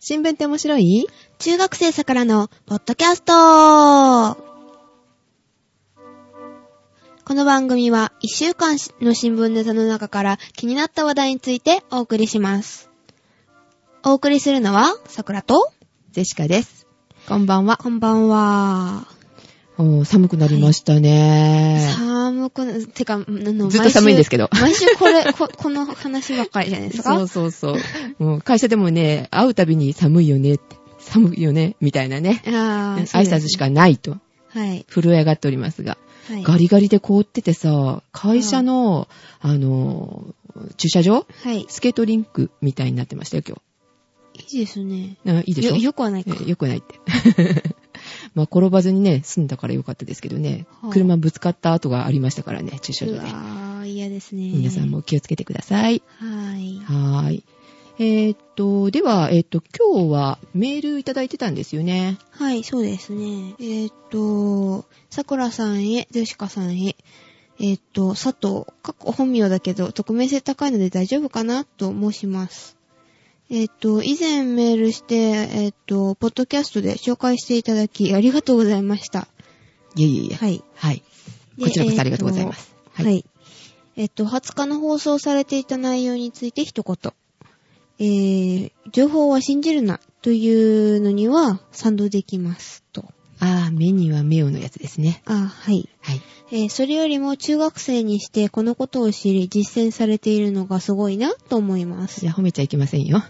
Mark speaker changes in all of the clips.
Speaker 1: 新聞って面白い
Speaker 2: 中学生さからのポッドキャストこの番組は1週間の新聞ネタの中から気になった話題についてお送りします。お送りするのは、さくらと、
Speaker 1: ジェシカです。こんばんは。
Speaker 2: こんばんは。
Speaker 1: おー寒くなりましたね。
Speaker 2: 寒くな、てか、あの
Speaker 1: ずっと寒いんですけど
Speaker 2: 毎週毎週これ、こ、この話ばっかりじゃないですか。
Speaker 1: そうそうそう。もう会社でもね、会うたびに寒いよねって、寒いよね、みたいなね。
Speaker 2: あー
Speaker 1: 挨拶し。かないと、
Speaker 2: そうですはい。
Speaker 1: 震え上がっておりますが。
Speaker 2: はい。
Speaker 1: ガリガリで凍っててさ、会社の、あの、駐車場
Speaker 2: はい。い
Speaker 1: スケートリンクみたいになってましたよ、今
Speaker 2: いですね。
Speaker 1: 日。あいいでしょ
Speaker 2: よ、よくはないか。
Speaker 1: えよくないって。 まあ、転ばずにね、済んだからよかったですけどね
Speaker 2: は。あ
Speaker 1: 車ぶつかった跡がありましたからね、駐車場
Speaker 2: う
Speaker 1: で
Speaker 2: わ。ー、嫌ですね。
Speaker 1: 皆さんも。気をつけてください。
Speaker 2: はい。
Speaker 1: はーい。えーっと、では、えーっと、今日はメールいただいてたんですよね。
Speaker 2: はい、そうですね。えーっと、さくらさんへ、ゼシカさんへ、えーっと、佐藤、過去本名だけど、匿名性高いので大丈夫かなと申します。えーっと、以前メールして、えーっと、ポッドキャストで紹介していただき、ありがとうございました。
Speaker 1: いえいえいえ。
Speaker 2: はい。
Speaker 1: はい。
Speaker 2: で
Speaker 1: こちらこそありがとうございま。す。
Speaker 2: えーっとはい。えーっと、20日の放送されていた内容について一言。えー、情報は信じるな、というのには賛同できます、と。
Speaker 1: ああ、目には目をのやつですね。
Speaker 2: あ、はい。
Speaker 1: はい。
Speaker 2: えーそれよりも中学生にしてこのことを知り実践されているのがすごいなと思います
Speaker 1: い。や、褒めちゃいけません よ。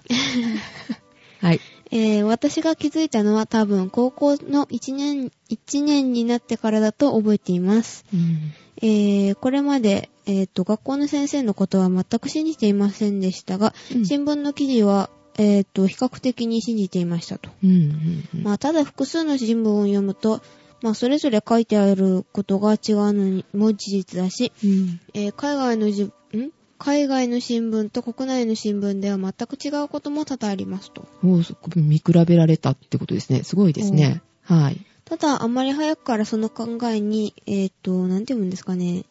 Speaker 1: はい。
Speaker 2: えー私が気づいたのは多分高校の1年、1年になってからだと覚えています。
Speaker 1: うん
Speaker 2: えーこれまで、えーと、学校の先生のことは全く信じていませんでしたが、
Speaker 1: うん
Speaker 2: 新聞の記事は、えーと、比較的に信じていましたと。
Speaker 1: うんうんうん
Speaker 2: まあ、ただ複数の新聞を読むと、まあ、それぞれ書いてあることが違うのにも事実だし、
Speaker 1: うん
Speaker 2: えー海外のじ、ん海外の新聞と国内の新聞では全く違うことも多々ありますと。
Speaker 1: おーそこ見比べられたってことですね。すごいですね。はい。
Speaker 2: ただ、あまり早くからその考えに、えっ、と、なんて読むんですかね、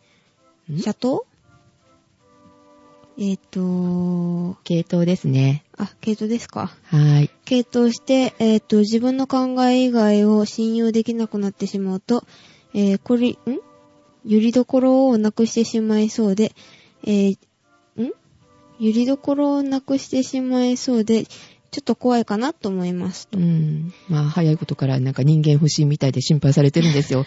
Speaker 1: ん
Speaker 2: シャトえっ、と、
Speaker 1: 系統ですね。
Speaker 2: あ、系統ですか。
Speaker 1: はい。
Speaker 2: 系統して、えっ、と、自分の考え以外を信用できなくなってしまうと、えーこれ、んゆりどころをなくしてしまいそうで、えーんゆりどころをなくしてしまいそうで、ちょっと怖いかなと思いますと。
Speaker 1: うん。まあ、早いことからなんか人間不信みたいで心配されてるんですよ。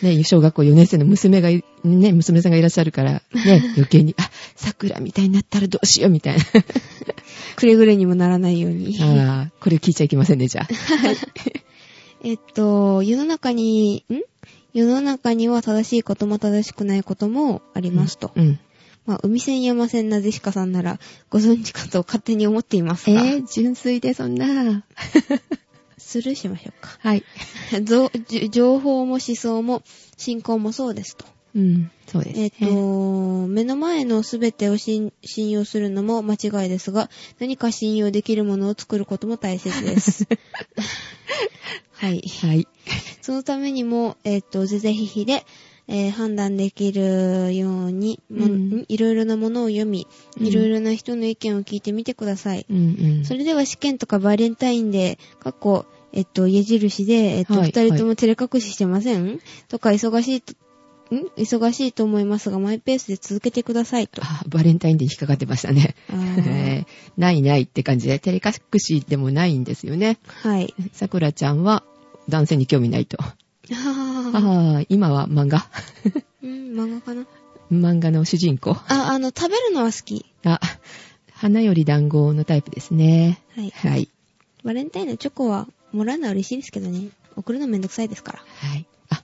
Speaker 1: ね、小学校4年生の娘がい、ね、娘さんがいらっしゃるから、 ね、余計に、あ、桜みたいになったらどうしようみたい な。
Speaker 2: くれぐれにもならないように。
Speaker 1: ああ、これ聞いちゃいけませんね、じゃあ。
Speaker 2: えっと、世の中に、ん世の中には正しいことも正しくないこともありますと。
Speaker 1: うん。
Speaker 2: まあ、海線山線なぜしかさんならご存知かと勝手に思っています
Speaker 1: え
Speaker 2: が、
Speaker 1: ー、純粋でそん な。
Speaker 2: スルーしましょうか。
Speaker 1: はい。
Speaker 2: ぞじ情報も思想も信仰もそうですと。
Speaker 1: うん、そうです
Speaker 2: えっ、
Speaker 1: ね。
Speaker 2: と、目の前のすべてを信信用するのも間違いですが、何か信用できるものを作ることも大切 です。はい。
Speaker 1: はい。
Speaker 2: そのためにも、えっ、と、是々非々で、えー判断できるように、も
Speaker 1: うん
Speaker 2: んいろいろなものを読み、
Speaker 1: うん
Speaker 2: いろいろな人の意見を聞いてみてください。
Speaker 1: うんうん。
Speaker 2: それでは試験とかバレンタインで、過去、えっと、矢印で、えっと、
Speaker 1: はい
Speaker 2: 二人とも照れ隠ししてません、とか、忙しいと、ん忙しいと思いますが、マイペースで続けてくださいと。
Speaker 1: あバレンタインで引っかかってましたね。
Speaker 2: あー
Speaker 1: えーないないって感じで、照れ隠しでもないんですよね。
Speaker 2: はい。
Speaker 1: さくらちゃんは男性に興味ないと。
Speaker 2: ああ、
Speaker 1: ああ、今は漫画。
Speaker 2: うん、漫画かな。
Speaker 1: 漫画の主人公。
Speaker 2: あ、あの、食べるのは好き。
Speaker 1: あ、花より団子のタイプですね。
Speaker 2: はい。
Speaker 1: はい。
Speaker 2: バレンタインのチョコは、もらうのは嬉しいですけどね。送るのめんどくさいですから。
Speaker 1: はい。あ、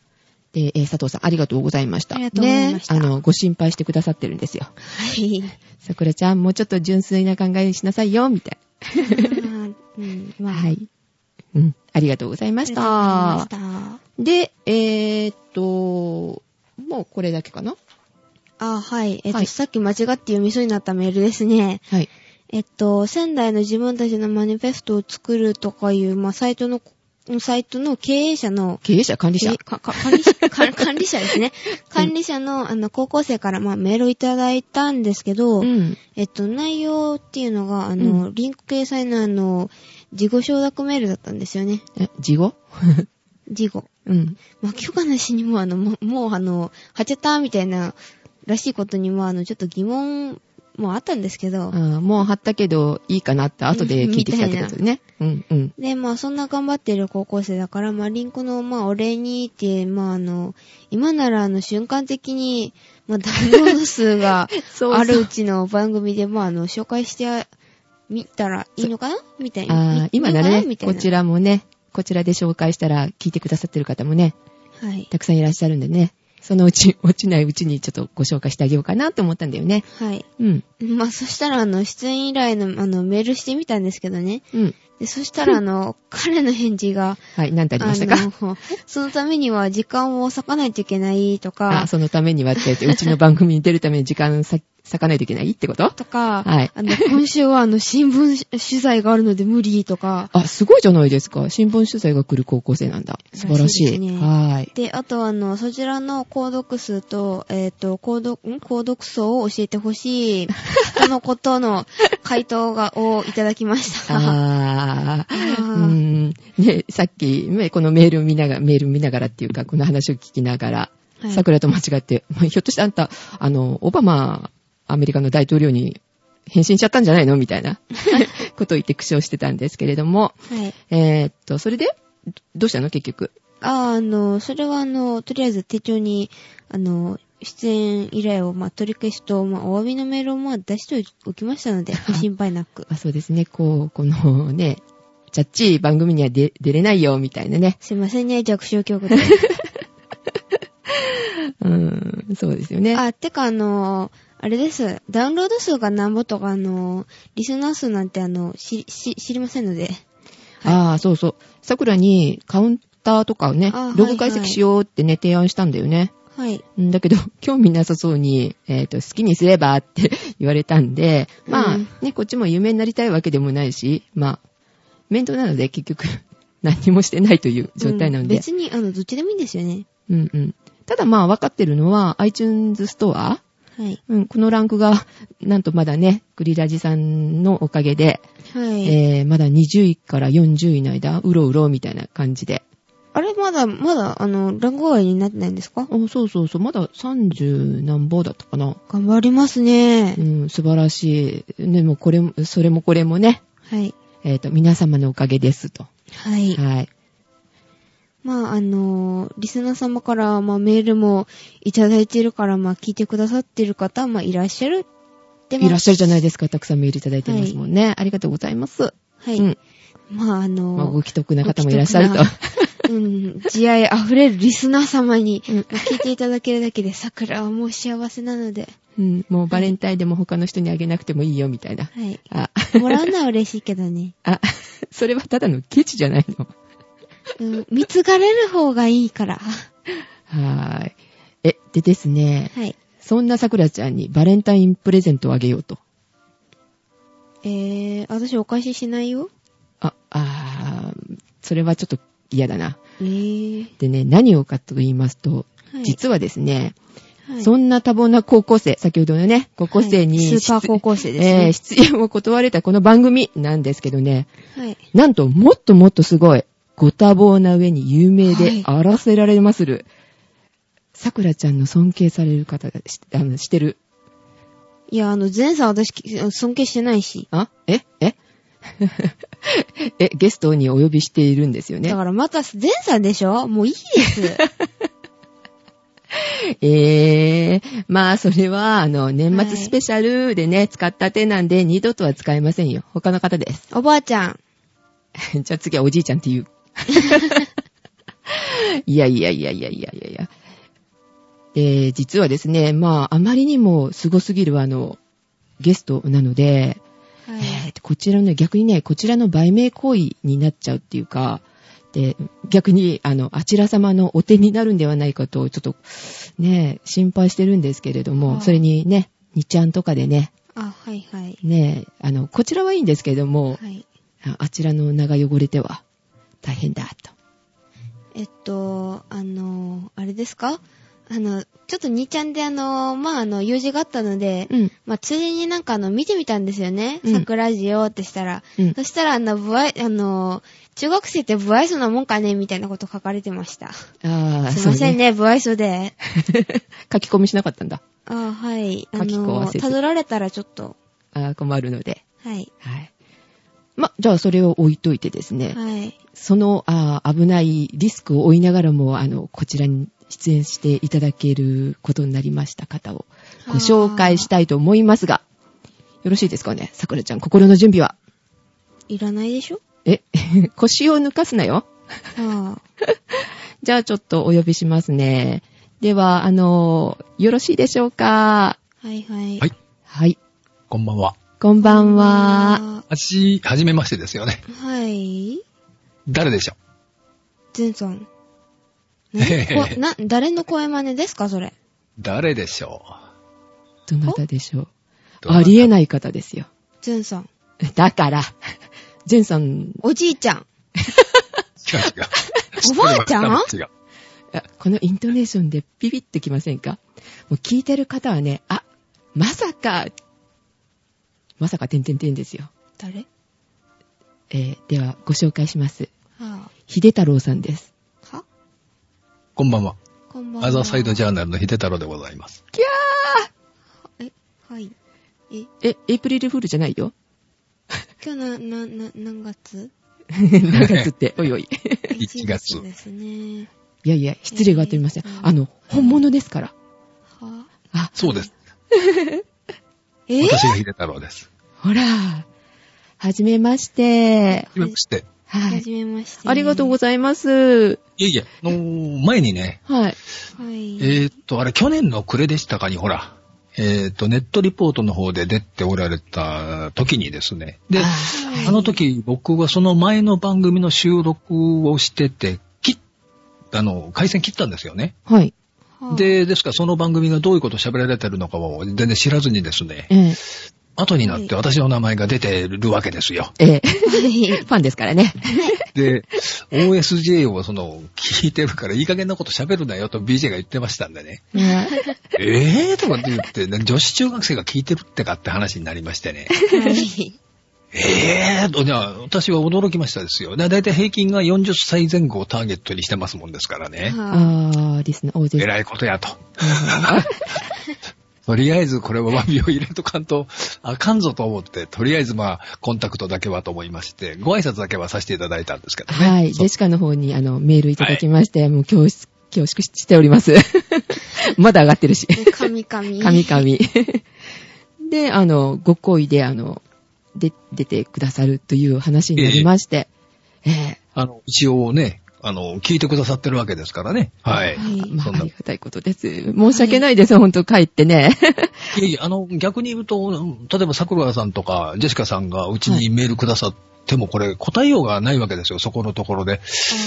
Speaker 1: で、えー佐藤さん、ありがとうございました。
Speaker 2: ありがとうございました
Speaker 1: ね、あの、ご心配してくださってるんですよ。
Speaker 2: はい。
Speaker 1: さくらちゃん、もうちょっと純粋な考えしなさいよ、みたい
Speaker 2: あーうん、
Speaker 1: な。
Speaker 2: まあ、
Speaker 1: は
Speaker 2: あ
Speaker 1: い。うん、ありがとうございま
Speaker 2: り
Speaker 1: し
Speaker 2: がとうございま
Speaker 1: た
Speaker 2: し。た。
Speaker 1: で、えー、っと、もうこれだけかな
Speaker 2: あ、はい。えっと、
Speaker 1: はい
Speaker 2: さっき間違って読みそうになったメールですね。
Speaker 1: はい。
Speaker 2: えっと、仙台の自分たちのマニフェストを作るとかいう、まあ、サイトの、サイトの経営者の、
Speaker 1: 経営者、管理者
Speaker 2: え。かか管理者 管管理者ですね。管理者の、あの、高校生から、まあ、メールをいただいたんですけど、
Speaker 1: うん。
Speaker 2: えっと、内容っていうのが、あの、リンク掲載のあの、事後承諾メールだったんですよね。
Speaker 1: え、事後
Speaker 2: 事後。
Speaker 1: うん。
Speaker 2: 巻き話にもあの、ももうあの、はちゃったみたいな、らしいことにもあの、ちょっと疑問もあったんですけど、
Speaker 1: あーもう貼ったけど、いいかなって後で聞いてきたってことね。うん、うん。
Speaker 2: で、まあそんな頑張ってる高校生だから、まあリンクの、まあお礼にって、まああの、今ならあの瞬間的に、まあダウンロード 数が
Speaker 1: そうそう
Speaker 2: あるうちの番組で、まああの、紹介してみたらいいのかなみたいな。
Speaker 1: あー今
Speaker 2: いいの
Speaker 1: な
Speaker 2: かな
Speaker 1: ら
Speaker 2: み
Speaker 1: ね、
Speaker 2: たいな
Speaker 1: こちらもね、こちらで紹介したら聞いてくださってる方もね、
Speaker 2: はい。
Speaker 1: たくさんいらっしゃるんでね、そのうち 落ちないうちにちょっとご紹介してあげようかなと思ったんだよね。
Speaker 2: はい。
Speaker 1: うん。
Speaker 2: まあそしたらあの、出演以来のあの、メールしてみたんですけどね。
Speaker 1: うん。
Speaker 2: で、そしたら あの、彼の返事が、
Speaker 1: はい、何てありましたか
Speaker 2: あの そのためには時間を割かないといけないと
Speaker 1: あ
Speaker 2: か、
Speaker 1: そのためにはって言って、うちの番組に出るために時間さ割かないといけないってこと
Speaker 2: とか、
Speaker 1: はい
Speaker 2: あの、今週はあの、新聞取材があるので無理とか、
Speaker 1: あ、すごいじゃないですか。新聞取材が来る高校生なんだ。素晴らしい。
Speaker 2: らしいですね
Speaker 1: はーい。
Speaker 2: で、あとあの、そちらの購読数と、えっ、と、購読、ん購読層を教えてほし い、とのことの回答が、をいただきまし た。
Speaker 1: ああ
Speaker 2: ー
Speaker 1: ー、うん。ね、さっき、ねこのメールを見ながら、メール見ながらっていうか、この話を聞きながら、
Speaker 2: はい
Speaker 1: 桜と間違って、 まあひょっとしてあんた、あの、オバマ、アメリカの大統領に変身しちゃったんじゃないのみたい なことを言って苦笑してたんですけれども、
Speaker 2: はい。
Speaker 1: えーっと、それで、どどうしたの結局。
Speaker 2: あ、あの、それはあの、とりあえず手帳に、あの、出演依頼を、まあ、取り消しと、まあ、お詫びのメールを、まあ、出しておきました ので、ご心配なく。
Speaker 1: あそうですね、こう、このね、ジャッジ番組には出出れないよ、みたいなね。
Speaker 2: すいませんね、弱小曲で。
Speaker 1: うん、そうですよね。
Speaker 2: あ、てかあのー、あれです。ダウンロード数がなんぼとか、あのー、リスナー数なんてあの、し、し、知りませんので。
Speaker 1: ああ、そうそう。桜にカウンターとかをね
Speaker 2: あ、
Speaker 1: ログ
Speaker 2: はい
Speaker 1: 解
Speaker 2: はい
Speaker 1: 析しようってね、提案したんだよね。
Speaker 2: はい。
Speaker 1: うんだけど、 興味なさそうに、えっ、と、好きにすればって 言われたんで、まあ、
Speaker 2: うん
Speaker 1: ね、こっちも有名になりたいわけでもないし、まあ、面倒なので結局、 何もしてないという状態なの
Speaker 2: うん
Speaker 1: で。
Speaker 2: 別に、あの、どっちでもいいんですよね。
Speaker 1: うん、うん、ただまあ、分かってるのは、iTunes ストア
Speaker 2: はい。
Speaker 1: うん、このランクが、なんとまだね、グリラジさんのおかげで、
Speaker 2: はい。
Speaker 1: えー、まだ20位から40位の間、うろうろみたいな感じで。
Speaker 2: あれ、まだ、まだ、あの、ランク外になってないんですか
Speaker 1: あそうそうそう、まだ30何本だったかな。
Speaker 2: 頑張りますね
Speaker 1: う。ん、素晴らしい。でもこれも、それもこれもね、
Speaker 2: はい。
Speaker 1: えっ、と、皆様のおかげですと。
Speaker 2: はい。
Speaker 1: はい。
Speaker 2: まあ、あのー、リスナー様から、まあ、メールもいただいてるから、まあ、聞いてくださってる方、まあ、いらっしゃる。でも
Speaker 1: いらっしゃるじゃないですか。たくさんメールいただいてますもんね。ありがとうございます。
Speaker 2: はい。
Speaker 1: うん。
Speaker 2: まあ、あのー、
Speaker 1: まあ、ご既得な方もいらっしゃると
Speaker 2: ご。既得な うん、慈愛あふれるリスナー様に、聞いていただけるだけで、桜はもう幸せなので、
Speaker 1: うん、もうバレンタインでも他の人にあげなくてもいいよ、みたいな。
Speaker 2: はい。
Speaker 1: あ、
Speaker 2: もらうのは嬉しいけどね。
Speaker 1: あ、 それはただのケチじゃないの。
Speaker 2: うん、貢がれる方がいいから。
Speaker 1: はーい。え、でですね、
Speaker 2: はい。
Speaker 1: そんな桜ちゃんにバレンタインプレゼントをあげようと。
Speaker 2: えー、私お返ししないよ。
Speaker 1: あ、あーそれはちょっと嫌だな。
Speaker 2: えー、
Speaker 1: でね、何をかと言いますと、
Speaker 2: はい。
Speaker 1: 実はですね、
Speaker 2: はい
Speaker 1: そんな多忙な高校生、先ほどのね、高校生に、
Speaker 2: はいスーパー高校生ですね
Speaker 1: えー出演を断れたこの番組なんですけどね、
Speaker 2: はい。
Speaker 1: なんともっともっとすごい、ご多忙な上に有名で
Speaker 2: は
Speaker 1: 荒らせられまする。さくらちゃんの尊敬される方がしあのしてる。
Speaker 2: いや、あの、前さん私き尊敬してないし。
Speaker 1: あええ え、ゲストにお呼びしているんですよね
Speaker 2: だ。からまた前さんでしょもういいです。
Speaker 1: ええまあ、それは、あの、年
Speaker 2: はい
Speaker 1: 末スペシャルでね、使った手なんで、二度とは使えませんよ。他の方です。
Speaker 2: おばあちゃん。
Speaker 1: じゃあ次はおじいちゃんって 言う。いやいやいやいやいやいやいや。で、実はですね、まあ、あまりにもすごすぎるあの、ゲストなので、
Speaker 2: は
Speaker 1: えーとこちらのね、逆にね、こちらの売名行為になっちゃうっていうか、で、逆に、あの、あちら様のお手になるんではないかと、ちょっと、ね、心配してるんですけれど
Speaker 2: あ
Speaker 1: も、
Speaker 2: ー
Speaker 1: それにね、2ちゃんとかでね、
Speaker 2: あ、はいはい。
Speaker 1: ね、あの、こちらはいいんですけれども、
Speaker 2: はい。
Speaker 1: ああちらの名が汚れては大変だと。
Speaker 2: えっと、あの、あれですかあの、ちょっと2ちゃんであの、まあ、あの、用事があったので、
Speaker 1: うん。
Speaker 2: まあ、ついでになんかあの、見てみたんですよね。
Speaker 1: うん
Speaker 2: 桜ジオってしたら。
Speaker 1: うん
Speaker 2: そしたら、あの、不愛、あの、中学生って不愛想なもんかねみたいなこと書かれてました。
Speaker 1: ああ、
Speaker 2: すいません
Speaker 1: ね。
Speaker 2: ね、不愛想で。
Speaker 1: 書き込みしなかったんだ。
Speaker 2: あーはい。あ
Speaker 1: 書き込ま
Speaker 2: の、
Speaker 1: せず
Speaker 2: たどられたらちょっと。
Speaker 1: ああ、困るので。
Speaker 2: はい。
Speaker 1: はい。ま、じゃあそれを置いといてですね。
Speaker 2: はい。
Speaker 1: そのあー危ないリスクを負いながらも、あの、こちらに出演していただけることになりました方をご紹介したいと思いますが、よろしいですかねさくらちゃん、心の準備はい
Speaker 2: らないでしょ
Speaker 1: え、 腰を抜かすなよ。
Speaker 2: あ
Speaker 1: じゃあちょっとお呼びしますね。では、あの、よろしいでしょうか
Speaker 2: あ。はいはい。
Speaker 3: はい
Speaker 1: はい。
Speaker 3: こんばんは。
Speaker 1: こんば
Speaker 2: こ
Speaker 1: ん
Speaker 2: んば
Speaker 1: は。
Speaker 2: んは。
Speaker 3: はじ、はじめましてですよね。
Speaker 2: はい。
Speaker 3: 誰でしょ
Speaker 2: ずんさん。
Speaker 3: えへ
Speaker 2: 何
Speaker 3: へ
Speaker 2: こな、誰の声真似ですかそれ。
Speaker 3: う 誰でしょ
Speaker 1: どなたでしょう
Speaker 3: う
Speaker 1: ありえ
Speaker 3: い。
Speaker 1: ない方ですよ。
Speaker 2: ずんさん。
Speaker 1: だから、 ジェンさん、
Speaker 2: おじいちゃ ん。
Speaker 3: 違う違う。
Speaker 2: おばあちゃん
Speaker 3: 違う。
Speaker 1: あこのイントネーションでビビってきませんかもう聞いてる方はね、あ、まさか、まさか、てんてんてんですよ。
Speaker 2: 誰
Speaker 1: えーでは、ご紹介します。
Speaker 2: は
Speaker 1: 秀太郎さんです。
Speaker 2: あ、は
Speaker 3: こんばんは。
Speaker 2: こんばんは。
Speaker 3: アザーサイドジャーナルの秀太郎でございます。
Speaker 2: え、はい。え、
Speaker 1: え、エイプリルフールじゃないよ
Speaker 2: 今日な、な、な、何 月
Speaker 1: 何月って、おいおい。
Speaker 3: 1月
Speaker 2: ですね。
Speaker 1: いやいや、失礼があっておりません。あの、本物ですから。
Speaker 2: は
Speaker 1: あ、
Speaker 3: そうです。
Speaker 2: え
Speaker 3: 私が秀太郎です。
Speaker 1: ほら、はじめまして。
Speaker 3: はじめまして。
Speaker 1: は。
Speaker 2: はいじめまして。
Speaker 1: ありがとうご
Speaker 2: ざ
Speaker 1: ざいます。
Speaker 3: いえいえ、あのー前にね、
Speaker 1: はい。
Speaker 2: います。はい。
Speaker 3: えーっと、あれ、去年の暮れでしたかに、ほら、えーっと、ネットリポートの方で出ておられた時にですね。で、
Speaker 1: あ
Speaker 3: あの時、僕はその前の番組の収録をしてて、切っ、あの、回線切ったんですよね。
Speaker 1: ーはい。
Speaker 2: はあ、
Speaker 3: で、ですからその番組がどういうことを喋られてるのかを全然知らずにですね、
Speaker 1: ええ。
Speaker 3: 後になって私の名前が出てるわけですよ。
Speaker 1: ええ。
Speaker 2: はい、
Speaker 1: ファンですから ね。
Speaker 3: で、OSJ をその、聞いてるからいい加減なこと喋るなよと BJ が言ってましたんでね。ええー、とかって言って、ね女子中学生が聞いてるってかって話になりましてね。
Speaker 2: はい。
Speaker 3: ええーと、じゃあ私は驚きましたですよ。だだいたい平均が40歳前後をターゲットにしてますもんですから
Speaker 2: は
Speaker 3: ね。
Speaker 2: あ
Speaker 1: あー、リスナー、大勢。
Speaker 3: 偉いことやと。 とりあえずこれは詫びを入れとかんとあかんぞと思って、とりあえずまあコンタクトだけはと思いまして、ご挨拶だけはさせていただいたんですけどね。
Speaker 1: はい。
Speaker 3: そ
Speaker 1: ジェシカの方に、あの、メールいただきまして、もう恐縮、恐縮しております。 まだ上がってるし。
Speaker 2: 神々。
Speaker 1: 神々。で、あの、ご好意で、あの、で、出てくださるという話になりまして、ええ
Speaker 3: あの、一応ね、あの、聞いてくださってるわけですからね。はい。
Speaker 2: はい
Speaker 1: ま
Speaker 3: そ
Speaker 1: あ、
Speaker 3: んな
Speaker 1: ありがたいことです。申し訳ないです、本当帰ってね。
Speaker 3: いえいえ、あの、逆に言うと、例えば桜さんとかジェシカさんがうちにメールくださってもこれ答えようがないわけですよ、そこのところで。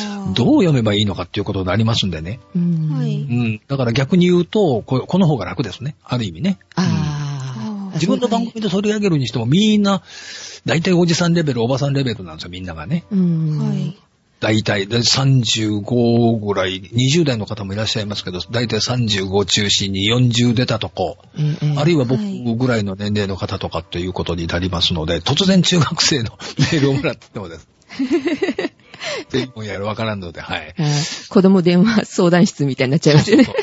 Speaker 2: あー
Speaker 3: どう読めばいいのかっていうことになりますんでね。
Speaker 1: うん
Speaker 2: はい
Speaker 3: うん。だから逆に言うと、ここの方が楽ですね。ある意味ね。
Speaker 1: あ
Speaker 2: あ
Speaker 1: あ。
Speaker 2: ー
Speaker 3: 自分の番組で取り上げるにしてもみんな、大体おじさんレベル、おばさんレベルなんですよ、みんながね。
Speaker 1: うん。
Speaker 2: はい。
Speaker 3: 大体、で35ぐらい、20代の方もいらっしゃいますけど、大体35中心に40出たとこ、
Speaker 1: ええええ
Speaker 3: あるいは僕
Speaker 2: はい
Speaker 3: ぐらいの年齢の方とかっていうことになりますので、突然中学生のメールをもらってもです。っていうもんやるわからんので、はい。
Speaker 1: あー子供電話相談室みたいになっちゃいます
Speaker 3: そう
Speaker 1: ね。
Speaker 3: そう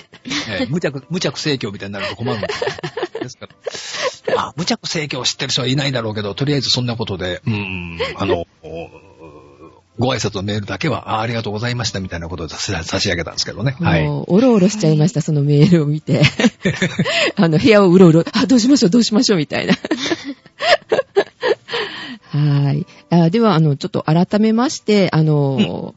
Speaker 3: ええ無着、無着生協みたいになると困るんです よ。ですから、あ、無着生協知ってる人はいないだろうけど、とりあえずそんなことで、うん、あの、おご挨拶のメールだけは、あありがとうございましたみたいなことで差し差し上げたんですけどね。はい。
Speaker 1: もう、おろおろしちゃいました、そのメールを見 て。あの、部屋をうろうろ、あ、どうしましょう、どうしましょう、みたいな。はい。あでは、あの、ちょっと改めまして、あの、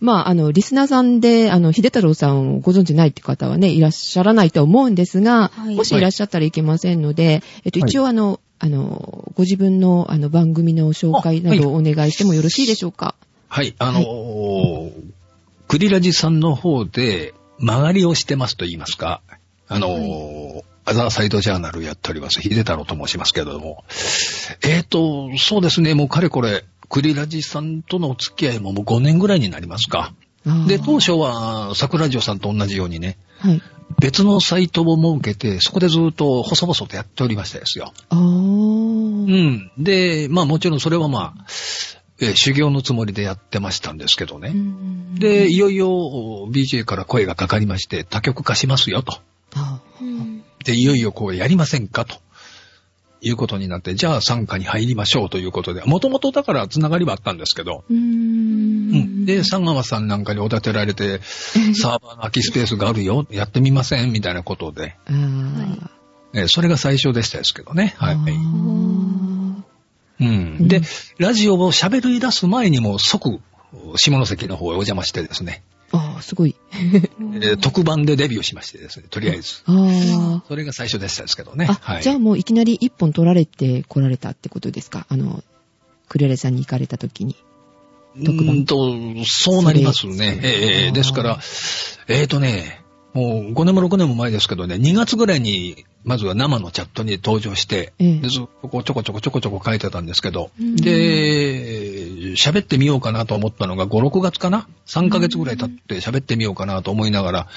Speaker 1: まあ、あの、リスナーさんで、あの、秀太郎さんをご存知ないって方はね、いらっしゃらないとは思うんですが、
Speaker 2: はい
Speaker 1: もしいらっしゃったらいけませんので、えっと、
Speaker 3: はい
Speaker 1: 一応、あの、あの、ご自分の、あの、番組の紹介などをお願いしてもよろしいでしょうか。
Speaker 3: はい、あのクリラジさんの方で、曲がりをしてますと言いますか、あのアザーサイドジャーナルやっております、秀太郎と申しますけれども、えっ、と、そうですね、もうかれこれ、クリラジさんとのお付き合いももう5年ぐらいになりますか。
Speaker 1: あー
Speaker 3: で、当初は、桜ジオさんと同じようにね、
Speaker 1: はい。
Speaker 3: 別のサイトを設けて、そこでずっと細々とやっておりましたですよ。
Speaker 1: ああ。
Speaker 3: う。
Speaker 1: うん
Speaker 3: で、まあもちろんそれはまあ、えー修行のつもりでやってましたんですけどね。
Speaker 1: ん、
Speaker 3: で、いよいよお BJ から声がかかりまして、多曲化しますよと。
Speaker 1: あ
Speaker 2: うん。
Speaker 3: で、いよいよこうやりませんかと。いうことになって、じゃあ参加に入りましょうということで、もともとだからつながりはあったんですけど、
Speaker 1: うーん
Speaker 3: うん。で、佐川さんなんかにおだてられて、サーバーの空きスペースがあるよ、やってみませんみたいなことで、
Speaker 1: あー
Speaker 3: えーそれが最初でしたですけどね。は
Speaker 1: あ
Speaker 3: い。
Speaker 1: ー。
Speaker 3: うん、で、ラジオを喋り出す前にも即、下関の方へお邪魔してですね、
Speaker 1: ああ、すごい。
Speaker 3: えー特番でデビューしましてですね、とりあえず。
Speaker 1: あ
Speaker 3: それが最初でしたですけど
Speaker 1: あ。
Speaker 3: ね。
Speaker 1: あ、じゃあもういきなり一本取られて来られたってことですかあの、クレレさんに行かれた時に。特番
Speaker 3: うーんと、そうなります
Speaker 1: それ
Speaker 3: ね。
Speaker 1: そ
Speaker 3: え
Speaker 1: れ
Speaker 3: えええですから、えっ、とね、もう5年も6年も前ですけどね、2月ぐらいに、まずは生のチャットに登場して、
Speaker 1: ええ
Speaker 3: でずっとこうちょこちょこちょこちょこ書いてたんですけど、
Speaker 2: うん
Speaker 3: で、喋ってみようかなと思ったのが5、6月かな ?3 ヶ月ぐらい経って喋ってみようかなと思いながら、
Speaker 1: は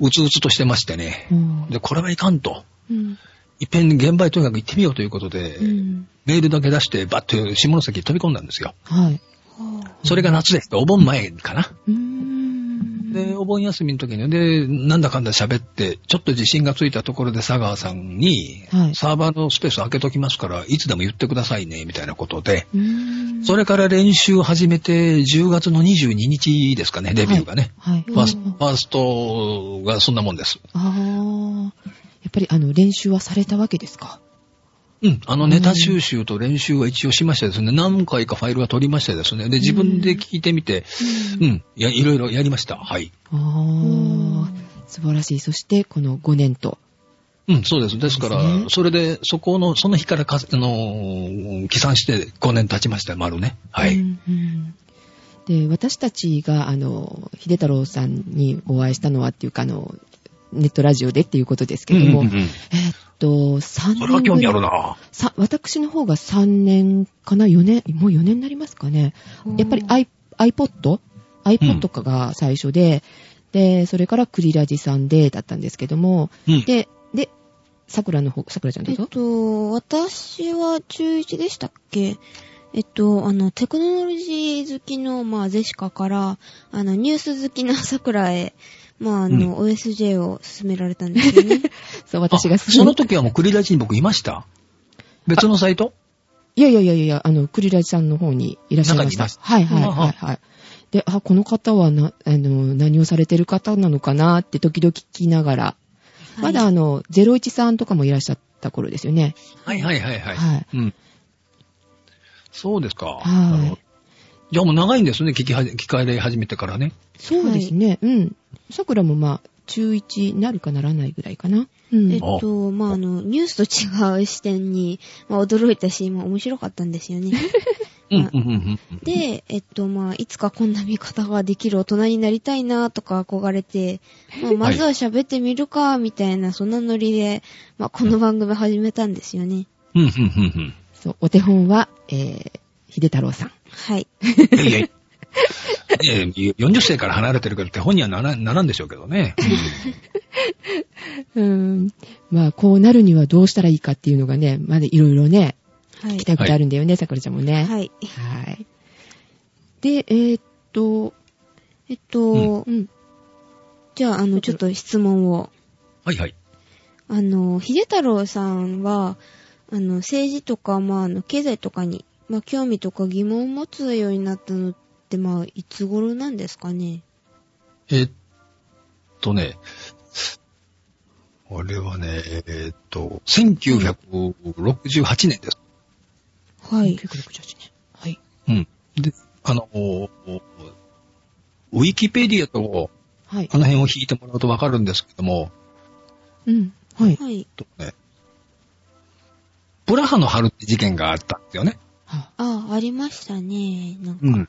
Speaker 3: うつうつとしてましてね
Speaker 1: い。う。ん
Speaker 3: で、これはいかんと。
Speaker 2: うん。
Speaker 3: いっぺん現場へとにかく行ってみようということで、
Speaker 2: うん。
Speaker 3: メールだけ出して、バッと下関に飛び込んだんですよ。
Speaker 1: はい。
Speaker 2: は
Speaker 3: それが夏です。お盆前かな。
Speaker 1: うーん。
Speaker 3: で、お盆休みの時に、で、なんだかんだ喋って、ちょっと自信がついたところで佐川さんに、
Speaker 1: はい
Speaker 3: サーバーのスペース開けときますから、いつでも言ってくださいね、みたいなことで、
Speaker 1: うーん
Speaker 3: それから練習を始めて、10月の22日ですかね、デビューがね。
Speaker 1: はい。
Speaker 3: ファースファーストがそんなもんです。
Speaker 1: ああ。やっぱりあの、練習はされたわけですか
Speaker 3: うん、あのネタ収集と練習は一応しましてですね、何回かファイルは取りましてですね、で、自分で聞いてみて、うん、やいろいろやりました。はい。
Speaker 1: ああ。素晴らしい。そして、この5年と。
Speaker 3: うん、そうです。ですか
Speaker 1: で
Speaker 3: ら、
Speaker 1: すね
Speaker 3: それで、そこの、その日からか、あのー、起算して5年経ちました、丸ね。はい。
Speaker 1: うんうんで私たちがあの秀太郎さんにお会いしたのはっていうかあのネットラジオでっていうことですけども、
Speaker 3: うんうんうん
Speaker 1: えーっと3
Speaker 3: それは興
Speaker 1: 年ぐ
Speaker 3: 味あ
Speaker 1: ら
Speaker 3: る
Speaker 1: い
Speaker 3: な
Speaker 1: さ私の方が3年かな4年もう4年になりますかね
Speaker 2: うん
Speaker 1: やっぱり i- iPod?iPod かが最初で、でそれからクリラジさんでだったんですけども、
Speaker 3: うん
Speaker 1: ででさくらの方さくらちゃんど
Speaker 2: え
Speaker 1: う
Speaker 2: っ
Speaker 1: ぞ、
Speaker 2: と、私は中1でしたっけえっと、あの、テクノロジー好きの、まあ、ゼシカから、あの、ニュース好きの桜へ、まあ、あの、OSJ を勧められたんです よね。
Speaker 1: そう私が
Speaker 3: あその時はもう繰り出しに僕いました別のサイト
Speaker 1: いやいやいやいや、あの、クリラジさんの方にいらっしゃいました。
Speaker 3: 中
Speaker 1: はいはい
Speaker 3: あ
Speaker 1: はいはい。で、あ、この方はな、あの、何をされてる方なのかなって時々聞きながら、まだあの、01さんとかもいらっしゃった頃ですよね。
Speaker 3: はいはいはいはい。
Speaker 1: はい
Speaker 3: うん。そうですか。
Speaker 1: い
Speaker 3: なるほどじゃあもう長いんですね、聞きはじ、聞かれ始めてからね。
Speaker 1: そうですね。うん。桜もまあ、中1なるかならないぐらいかな。うん。
Speaker 2: えっ
Speaker 1: あ
Speaker 2: と、まあ、あの、ニュースと違う視点に、まあ、驚いたし、まあ、面白かったんで すよね。
Speaker 3: うん、うん、うん、うん。
Speaker 2: で、えっと、まあ、いつかこんな見方ができる大人になりたいなとか憧れて、まあ、まずは喋ってみるか、みたいな、そんなノリで、まあ、この番組始めたんですよね。
Speaker 3: うん、うん、
Speaker 1: そう、お手本は、えー、秀太郎さん。
Speaker 2: はい。
Speaker 3: うん。いや いや。えー40歳から離れてるけどって本にはならならんでしょうけどね。
Speaker 1: うん。まあ、こうなるにはどうしたらいいかっていうのがね、まだいろいろね、
Speaker 2: は
Speaker 1: 聞
Speaker 2: い
Speaker 1: き。たいことあるんだよね、桜ちゃんもね。
Speaker 2: はい。
Speaker 1: はい。で、えーっと、
Speaker 2: えっと、
Speaker 1: うん。
Speaker 2: じゃあ、あの、ちょっと質問を。
Speaker 3: はいはい。
Speaker 2: あの、秀太郎さんは、あの、政治とか、まあ、あの、経済とかに、まあ、興味とか疑問を持つようになったのって、まあ、いつ頃なんですかね。
Speaker 3: えっとね、あれはね、えっと、1968年です。
Speaker 2: はい。
Speaker 1: 1968年。はい。
Speaker 3: うん。で、あの、おおウィキペディアと、
Speaker 1: はい
Speaker 3: あ。の辺を引いてもらうとわかるんですけども、
Speaker 1: うん。はい。
Speaker 2: はい。
Speaker 3: えっとね、プラハの春って事件があったんですよね。
Speaker 1: は
Speaker 2: ああ、ありましたね。なんか。
Speaker 3: うん。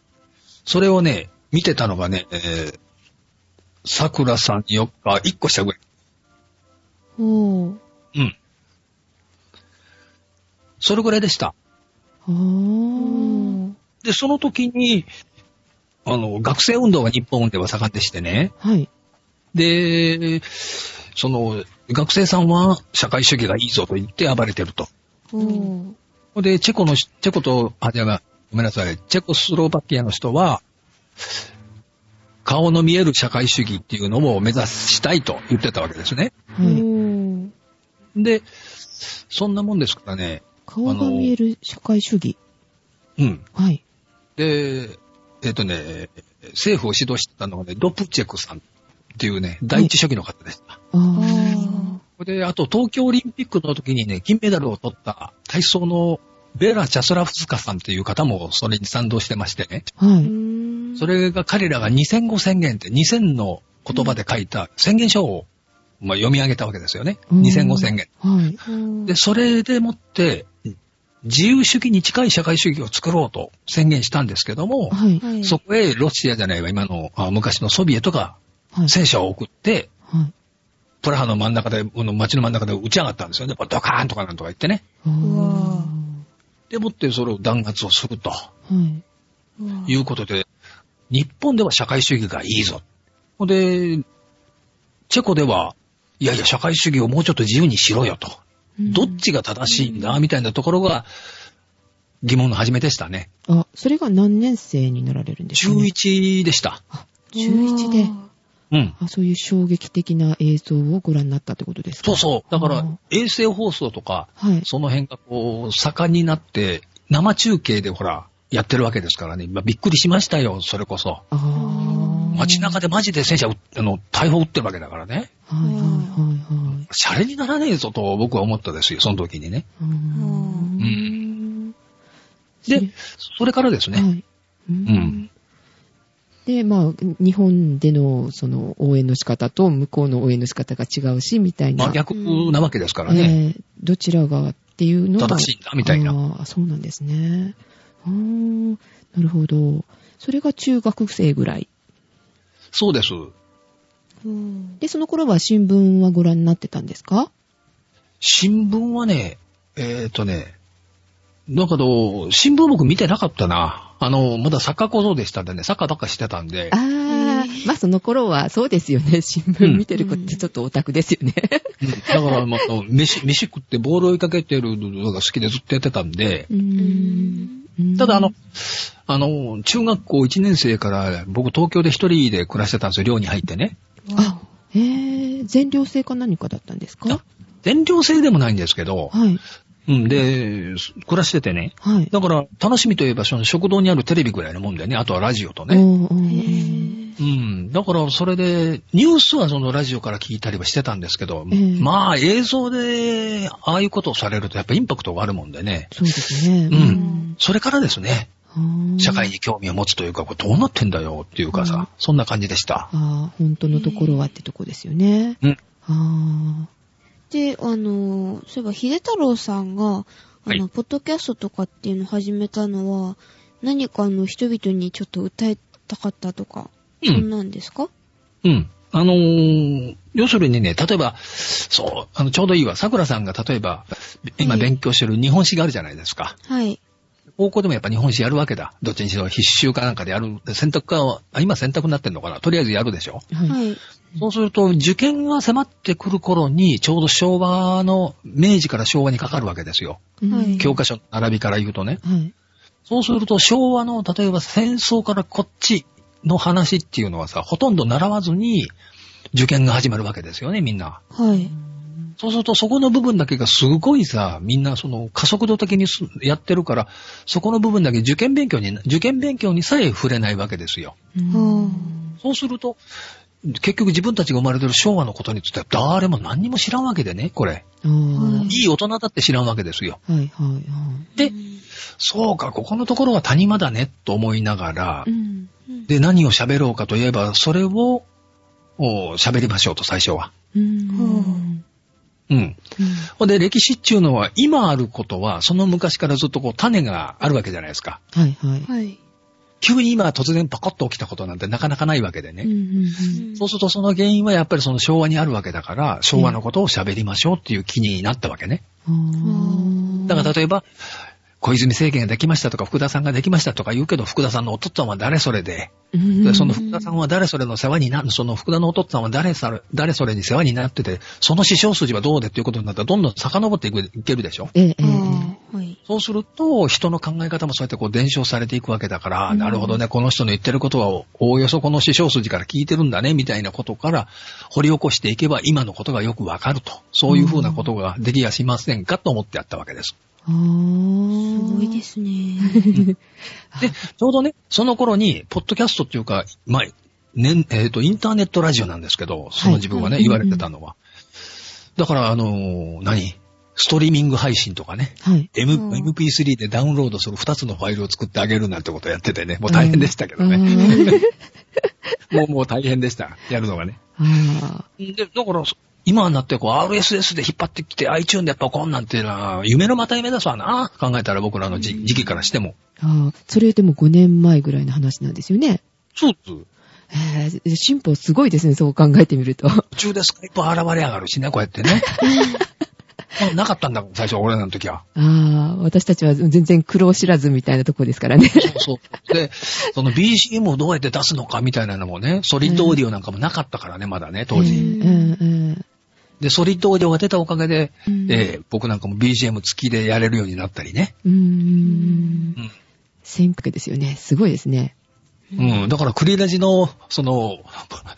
Speaker 3: それをね、見てたのがね、えー、桜さんよっか、1個下ぐらい。
Speaker 2: おー。
Speaker 3: うん。それぐらいでした。
Speaker 1: あー。
Speaker 3: で、その時に、あの、学生運動が日本では盛んでしてね、
Speaker 1: はい。
Speaker 3: で、その、学生さんは社会主義がいいぞと言って暴れてると。
Speaker 2: おー。
Speaker 3: で、チェコのし、チェコと、あ、じゃあ、ごめんなさい、チェコスロバキアの人は、顔の見える社会主義っていうのを目指したいと言ってたわけですね。
Speaker 1: はい。
Speaker 2: おー
Speaker 3: で、そんなもんですからね、
Speaker 1: 顔が見える社会主義。
Speaker 3: うん。
Speaker 1: はい。
Speaker 3: で、えっ、とね、政府を指導してたのがね、ドプチェクさんっていうね、第一書記の方でした。
Speaker 1: あ
Speaker 2: あ
Speaker 1: ー
Speaker 2: ー。
Speaker 3: で、あと東京オリンピックの時にね、金メダルを取った体操のベラ・チャスラフスカさんっていう方もそれに賛同してましてね、
Speaker 1: は
Speaker 2: う
Speaker 1: い。
Speaker 2: ーん
Speaker 3: そ、れが彼らが2000語宣言って2000の言葉で書いた宣言書を、まあ、読み上げたわけですよね。
Speaker 1: うん
Speaker 3: 2000語宣言。
Speaker 1: はい。
Speaker 3: で、
Speaker 2: で、
Speaker 3: それでもって、自由主義に近い社会主義を作ろうと宣言したんですけども、
Speaker 1: はい。
Speaker 2: はい、
Speaker 3: そこへロシアじゃないわ、今の、あ昔のソビエトが
Speaker 1: はい。
Speaker 3: 戦車を送って、
Speaker 1: はい。
Speaker 3: プラハの真ん中で、この街の真ん中で打ち上がったんですよね。ドカーンとかなんとか言ってね。
Speaker 1: あー
Speaker 2: うわ
Speaker 3: でもってそれを弾圧をすると
Speaker 1: はい。
Speaker 3: い
Speaker 2: 言
Speaker 3: うことで、日本では社会主義がいいぞ。ほんで、チェコでは、いやいや、社会主義をもうちょっと自由にしろよと。どっちが正しいんだみたいなところが疑問の始めでしたね。
Speaker 1: あ、それが何年生になられるんですか、ね、
Speaker 3: 11でした。
Speaker 1: あ、11で。
Speaker 3: うん。
Speaker 1: あ、そういう衝撃的な映像をご覧になったってことですか
Speaker 3: そうそう。だか
Speaker 1: あ
Speaker 3: ら
Speaker 1: ー、
Speaker 3: 衛星放送とか、
Speaker 1: はい。
Speaker 3: その辺がこう、盛んになって、生中継でほら、やってるわけですからね。まあびっくりしましたよ、それこそ。
Speaker 1: ああ。
Speaker 3: 街中でマジで戦車撃っ、あの、大砲撃ってるわけだからね。
Speaker 1: はいはいはいはい。
Speaker 3: シャレにならねえぞと僕は思ったですよ、その時にね。
Speaker 1: うーん
Speaker 3: う。
Speaker 2: うんん
Speaker 3: で、それからです
Speaker 1: は
Speaker 3: ね。
Speaker 1: い。う
Speaker 3: う。ん。
Speaker 1: で、まあ、日本での、その、応援の仕方と、向こうの応援の仕方が違うし、みたいな。
Speaker 3: 真逆なわけですからね。
Speaker 1: えーどちらがっていうのが
Speaker 3: 正しいんだみたいな
Speaker 1: あーそうなんですね。うーん、なるほど。それが中学生ぐらい。
Speaker 3: そうです。
Speaker 2: うん
Speaker 1: で、その頃は新聞はご覧になってたんですか
Speaker 3: 新聞はね、えっ、とね、だけど、新聞僕見てなかったな。あの、まだサッカー小僧でしたんでね、サッカーばっかしてたんで
Speaker 1: あ。あ、まあその頃はそうですよね。新聞見てる子ってちょっとオタクですよね。
Speaker 3: うんだから、まあ、あの飯、飯食ってボール追いかけてるのが好きでずっとやってたんで、
Speaker 1: うーんうん
Speaker 3: ただあの、あの、中学校1年生から僕東京で一人で暮らしてたんですよ、寮に入ってね。
Speaker 1: あ、えー、全寮制か何かだったんですか
Speaker 3: あ全寮制でもないんですけど、
Speaker 1: はい。
Speaker 3: うん、で、暮らしててね。
Speaker 1: はい。
Speaker 3: だから、楽しみといえば、その食堂にあるテレビぐらいのもんだよね。あとはラジオとね。
Speaker 1: おーお
Speaker 2: へ
Speaker 1: ー
Speaker 2: ー
Speaker 3: うん。だから、それで、ニュースはそのラジオから聞いたりはしてたんですけど、
Speaker 1: ええ
Speaker 3: まあ、映像で、ああいうことをされると、やっぱインパクトがあるもんでね。
Speaker 1: そうですね。
Speaker 3: うんそれからですね、
Speaker 1: うん
Speaker 3: 社会に興味を持つというか、これどうなってんだよっていうか
Speaker 1: うん
Speaker 3: さ、そんな感じでした。
Speaker 1: ああ、本当のところはってとこですよね。
Speaker 3: うん。
Speaker 1: あ
Speaker 2: で、あの、そういえば、秀太郎さんが、あの、
Speaker 3: はい
Speaker 2: ポッドキャストとかっていうのを始めたのは、何かあの、人々にちょっと歌いたかったとか、
Speaker 3: うん
Speaker 2: そんなんですか
Speaker 3: うん。あのー要するにね、例えば、そう、あの、ちょうどいいわ。桜さんが例えば、今
Speaker 2: はい
Speaker 3: 勉強してる日本史があるじゃないですか。
Speaker 2: はい。
Speaker 3: 高校でもやっぱ日本史やるわけだ。どっちにしろ必修かなんかでやる。選択かは、あ今選択になってんのかなとりあえずやるでしょ。
Speaker 1: あ、はい。
Speaker 2: はい。
Speaker 3: そうすると、受験が迫ってくる頃に、ちょうど昭和の、明治から昭和にかかるわけですよ。
Speaker 1: うん
Speaker 2: はい
Speaker 3: 教科書の並びから言うとね。
Speaker 1: はい。
Speaker 3: そうすると、昭和の、例えば戦争からこっちの話っていうのはさ、ほとんど習わずに、受験が始まるわけですよね、みんな。
Speaker 2: はい。
Speaker 3: そうすると、そこの部分だけがすごいさ、みんなその加速度的にすやってるから、そこの部分だけ受験勉強に、受験勉強にさえ触れないわけですよ。
Speaker 1: うん
Speaker 2: は
Speaker 3: そうすると、結局自分たちが生まれてる昭和のことについては誰も何にも知らんわけでね、これ。
Speaker 1: あー
Speaker 3: いい大人だって知らんわけですよ。
Speaker 1: はい、はい、はい。
Speaker 3: で、そうか、ここのところは谷間だね、と思いながら
Speaker 1: う、ん。
Speaker 2: うん
Speaker 3: で、何を喋ろうかといえば、それを、お喋りましょうと、最初は。
Speaker 1: うん
Speaker 2: は
Speaker 3: うん。ほんで、歴史っていうのは、今あることは、その昔からずっとこう、種があるわけじゃないですか。
Speaker 1: はい、はい。
Speaker 2: はい。
Speaker 3: 急に今突然パコッと起きたことなんてなかなかないわけでね。
Speaker 1: うんうん
Speaker 2: うん
Speaker 3: そうすると、その原因はやっぱりその昭和にあるわけだから、昭和のことを喋りましょうっていう気になったわけね。
Speaker 1: うんあー
Speaker 3: だから例えば、小泉政権ができましたとか、福田さんができましたとか言うけど、福田さんのお父さんは誰それで、
Speaker 1: うん
Speaker 3: その福田さんは誰それの世話にな、その福田のお父さんは誰それ、誰それに世話になってて、その師匠筋はどうでっていうことになったら、どんどん遡っていくいけるでしょ。
Speaker 1: ええええええ
Speaker 2: ああ、はい。
Speaker 3: そうすると、人の考え方もそうやってこう伝承されていくわけだから、なるほどね、この人の言ってることは、おおよそこの師匠筋から聞いてるんだね、みたいなことから、掘り起こしていけば、今のことがよくわかると。そういうふうなことができやしませんかと思ってやったわけです。
Speaker 1: あー
Speaker 2: すごいです ね。
Speaker 3: で、ちょうどね、その頃に、ポッドキャストっていうか、まあ、ね、えっ、と、インターネットラジオなんですけど、その自分はね、
Speaker 1: はい
Speaker 3: 言われてたのは。だから、あのー何ストリーミング配信とかね。
Speaker 1: はい。
Speaker 3: M
Speaker 2: うん
Speaker 3: MP3 でダウンロードする2つのファイルを作ってあげるなんてことやっててね、もう大変でしたけどね。
Speaker 1: ね。
Speaker 3: もう、もう大変でした。やるのがね。
Speaker 1: あ
Speaker 3: で、だから、そ今になってこう RSS で引っ張ってきて iTune でやっぱこんなんていうのは、夢のまた夢だすわな。考えたら僕らのじ時期からしても。
Speaker 1: ーあー。それでも5年前ぐらいの話なんですよね。
Speaker 3: そうです。
Speaker 1: えー進歩すごいですね、そう考えてみると。
Speaker 3: 途中でスカイプ現れやがるしね、こうやって ね。まあなかったんだもん、最初、俺らの時は。
Speaker 1: ああ、私たちは全然苦労知らずみたいなとこですからね。
Speaker 3: そうそう。で、その BCM をどうやって出すのかみたいなのもね、ソリッドオーディオなんかもなかったからね、まだね、当
Speaker 1: う
Speaker 3: 時。
Speaker 1: んうん
Speaker 3: で、ソリッドオーディオが出たおかげで、
Speaker 1: うん
Speaker 3: えー僕なんかも BGM 付きでやれるようになったりね。
Speaker 1: うん。うーん
Speaker 3: うん。
Speaker 1: 潜伏ですよね。すごいですね。
Speaker 3: うん。だから、クリラジの、その、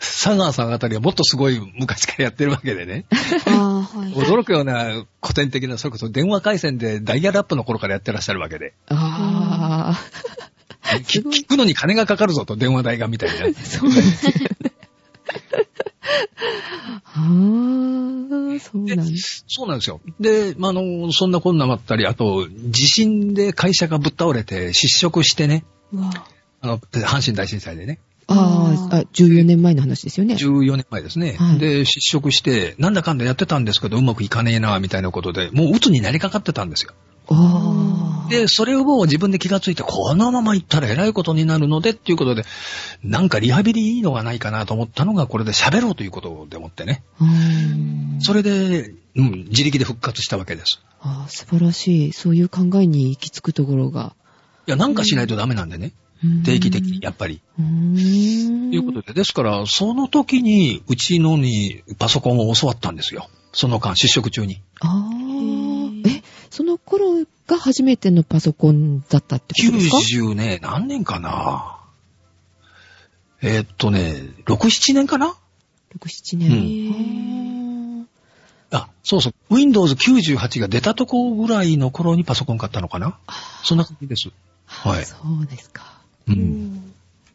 Speaker 3: サガーさんあたりはもっとすごい昔からやってるわけ でね。
Speaker 2: ああ、はい。
Speaker 3: 驚くような古典的な、それこそ電話回線でダイヤルアップの頃からやってらっしゃるわけで。
Speaker 1: あ
Speaker 3: き
Speaker 1: すごい
Speaker 3: 聞くのに金がかかるぞと、電話代がみたいな。
Speaker 1: あ、そうなんですよね。 ああ、そうなんです。
Speaker 3: そうなんですよ。で、まああの、そんなこんなもあったり、あと、地震で会社がぶっ倒れて失職してね、
Speaker 2: うわ
Speaker 3: あの、阪神大震災でね、
Speaker 1: あーあ、14年前の話ですよね。
Speaker 3: 14年前ですね。
Speaker 1: はい
Speaker 3: で、失職して、なんだかんだやってたんですけど、うまくいかねえな、みたいなことで、もう鬱になりかかってたんですよ。
Speaker 1: ああ。
Speaker 3: で、それをもう自分で気がついて、このまま行ったら偉いことになるので、っていうことで、なんかリハビリいいのがないかなと思ったのが、これで喋ろうということでもってね。
Speaker 1: うん
Speaker 3: それで、うん、自力で復活したわけです。
Speaker 1: ああ、素晴らしい。そういう考えに行き着くところが。
Speaker 3: いや、なんかしないとダメなんでね。
Speaker 1: うん
Speaker 3: 定期的に、やっぱり。
Speaker 1: うーん。
Speaker 3: ということで、ですから、その時に、うちのにパソコンを教わったんですよ。その間、失職中に。
Speaker 1: あ
Speaker 2: へ
Speaker 1: あ。え、その頃が初めてのパソコンだったってことですか
Speaker 3: 90ね、何年かなえーっとね、6、7年かな
Speaker 1: ?6、7
Speaker 3: う
Speaker 1: 年。
Speaker 2: ー
Speaker 3: あ、そうそう。Windows 98が出たとこぐらいの頃にパソコン買ったのかなそんな感じです。
Speaker 1: あー
Speaker 3: はい
Speaker 1: そうですか。
Speaker 3: うん。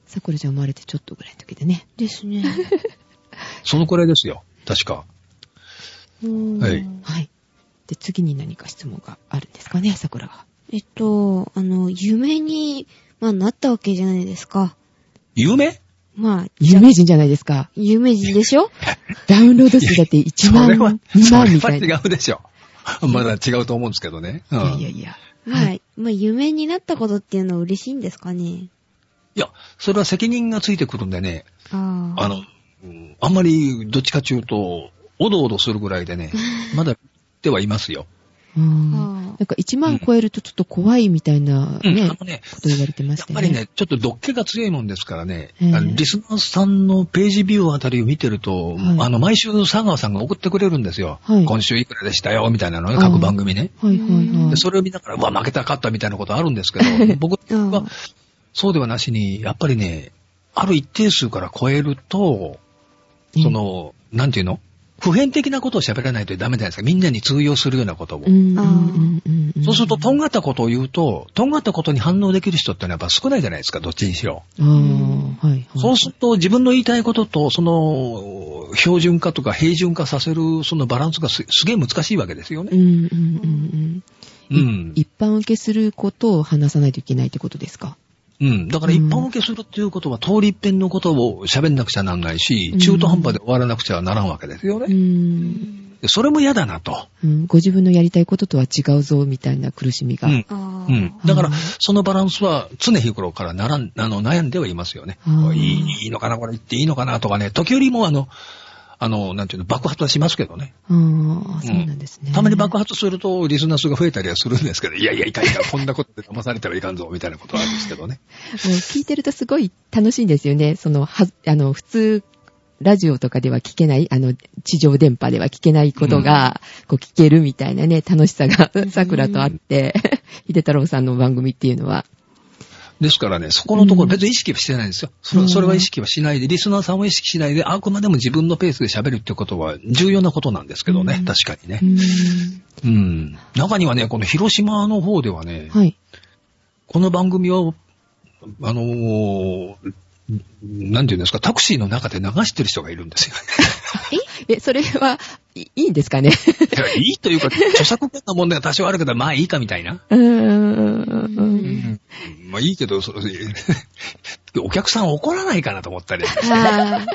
Speaker 1: さくらちゃん生まれてちょっとぐらいの時でね。
Speaker 2: です ね。
Speaker 3: そのくらいですよ。確か。はい
Speaker 1: はい。で、次に何か質問があるんですかね、さくらは。
Speaker 2: えっと、あの、夢に、まあ、なったわけじゃないですか。
Speaker 3: 有名
Speaker 2: まあ、じゃ
Speaker 1: 有名人じゃないですか。
Speaker 2: 夢人でしょ
Speaker 1: ダウンロード数だって
Speaker 3: そ
Speaker 1: 1
Speaker 3: れは
Speaker 1: 万、、2
Speaker 3: そ
Speaker 1: 万
Speaker 3: れ
Speaker 1: みた
Speaker 3: はい
Speaker 1: な。い
Speaker 3: 違うでしょ。まだ違うと思うんですけどね。うん。
Speaker 1: やいやいや。
Speaker 2: まあ、まあ、夢になったことっていうのは嬉しいんですかね。
Speaker 3: いや、それは責任がついてくるんでね、
Speaker 2: ああ。
Speaker 3: あの、うんあんまりどっちかというと、おどおどするぐらい でね、まだではいますよ。
Speaker 1: うん
Speaker 2: あ
Speaker 1: な
Speaker 2: ー
Speaker 1: んか1万超えるとちょっと怖いみたいな
Speaker 3: うん、あ
Speaker 1: ね、
Speaker 3: の
Speaker 1: こ
Speaker 3: ね、
Speaker 1: と言われてま
Speaker 3: や
Speaker 1: し
Speaker 3: った
Speaker 1: よ
Speaker 3: ぱりね、ちょっと毒気が強いもんですからね、
Speaker 1: ええ
Speaker 3: あのリスナーさんのページビューあたりを見てると、
Speaker 1: はい
Speaker 3: あの、毎週佐川さんが送ってくれるんですよ。
Speaker 1: はい
Speaker 3: 今週いくらでしたよ、みたいなのね、各番組ね。
Speaker 1: はいはいは
Speaker 3: で
Speaker 1: い。
Speaker 3: それを見ながら、うわ、負けたかったみたいなことあるんですけ ど、僕
Speaker 2: あ
Speaker 3: はそうではなしに、やっぱりね、ある一定数から超えると、その、なんていうの普遍的なことを喋らないとダメじゃないですか。みんなに通用するようなことを。
Speaker 1: うん、うんうんうんうん。
Speaker 3: そうすると、とんがったことを言うと、とんがったことに反応できる人ってのはやっぱ少ないじゃないですか、どっちにしろ。
Speaker 1: ああ、はいはい。
Speaker 3: そうすると、自分の言いたいことと、その、標準化とか平準化させる、そのバランスがすすげえ難しいわけです
Speaker 1: う
Speaker 3: よね。
Speaker 1: んうんうん
Speaker 3: う
Speaker 1: うん。
Speaker 3: ん。
Speaker 1: 一般受けすることを話さないといけないってことですか。
Speaker 3: うん。だから一般受けするっていうことは、通り一遍のことを喋んなくちゃなんないし、中途半端で終わらなくちゃならんわけですよ
Speaker 1: う
Speaker 3: ね。
Speaker 1: ん。
Speaker 3: でそれも嫌だなと。
Speaker 1: うんご自分のやりたいこととは違うぞ、みたいな苦しみ
Speaker 3: う
Speaker 1: が。
Speaker 3: ん。
Speaker 2: あ
Speaker 3: う
Speaker 2: ー
Speaker 3: ん。だから
Speaker 1: うん、
Speaker 3: そのバランスは常日頃からならん、あの、悩んではいますよね
Speaker 1: あ。ー
Speaker 3: いいいいのかな、これ言っていいのかなとかね。時よりも、あの、あの、なんていうの、爆発はしますけどね。
Speaker 1: ああ、そうなんですね。
Speaker 3: たまに爆発すると、リスナー数が増えたりはするんですけど、いやいや、いかんいかん、こんなことで騙されたらいかんぞ、みたいなことはあるんですけど ね。
Speaker 1: もう聞いてるとすごい楽しいんですよね。その、は、あの、普通、ラジオとかでは聞けない、あの、地上電波では聞けないことが、こう聞けるみたいなね、楽しさが、桜とあって、 秀太郎さんの番組っていうのは。
Speaker 3: ですからね、そこのとこ
Speaker 1: うん
Speaker 3: ろ、別に意識はしてないんですよ。そうれ
Speaker 1: ん
Speaker 3: それは意識はしないで、リスナーさんを意識しないで、あくまでも自分のペースで喋るってことは重要なことなんですけどね、
Speaker 1: うん
Speaker 3: 確かにね
Speaker 1: う。ー
Speaker 3: うん。中にはね、この広島の方ではね
Speaker 1: ん。、はい。
Speaker 3: この番組を、あのーなんていうんですか、タクシーの中で流してる人がいるんで すよ。
Speaker 1: え、それは、いいいんですかね
Speaker 3: いやいいというか、著作権の問題は多少あるけど、まあいいかみたいな。
Speaker 1: うー。
Speaker 2: うん
Speaker 3: まあいいけど、そ お客さん怒らないかなと思ったり、
Speaker 2: あ
Speaker 3: なん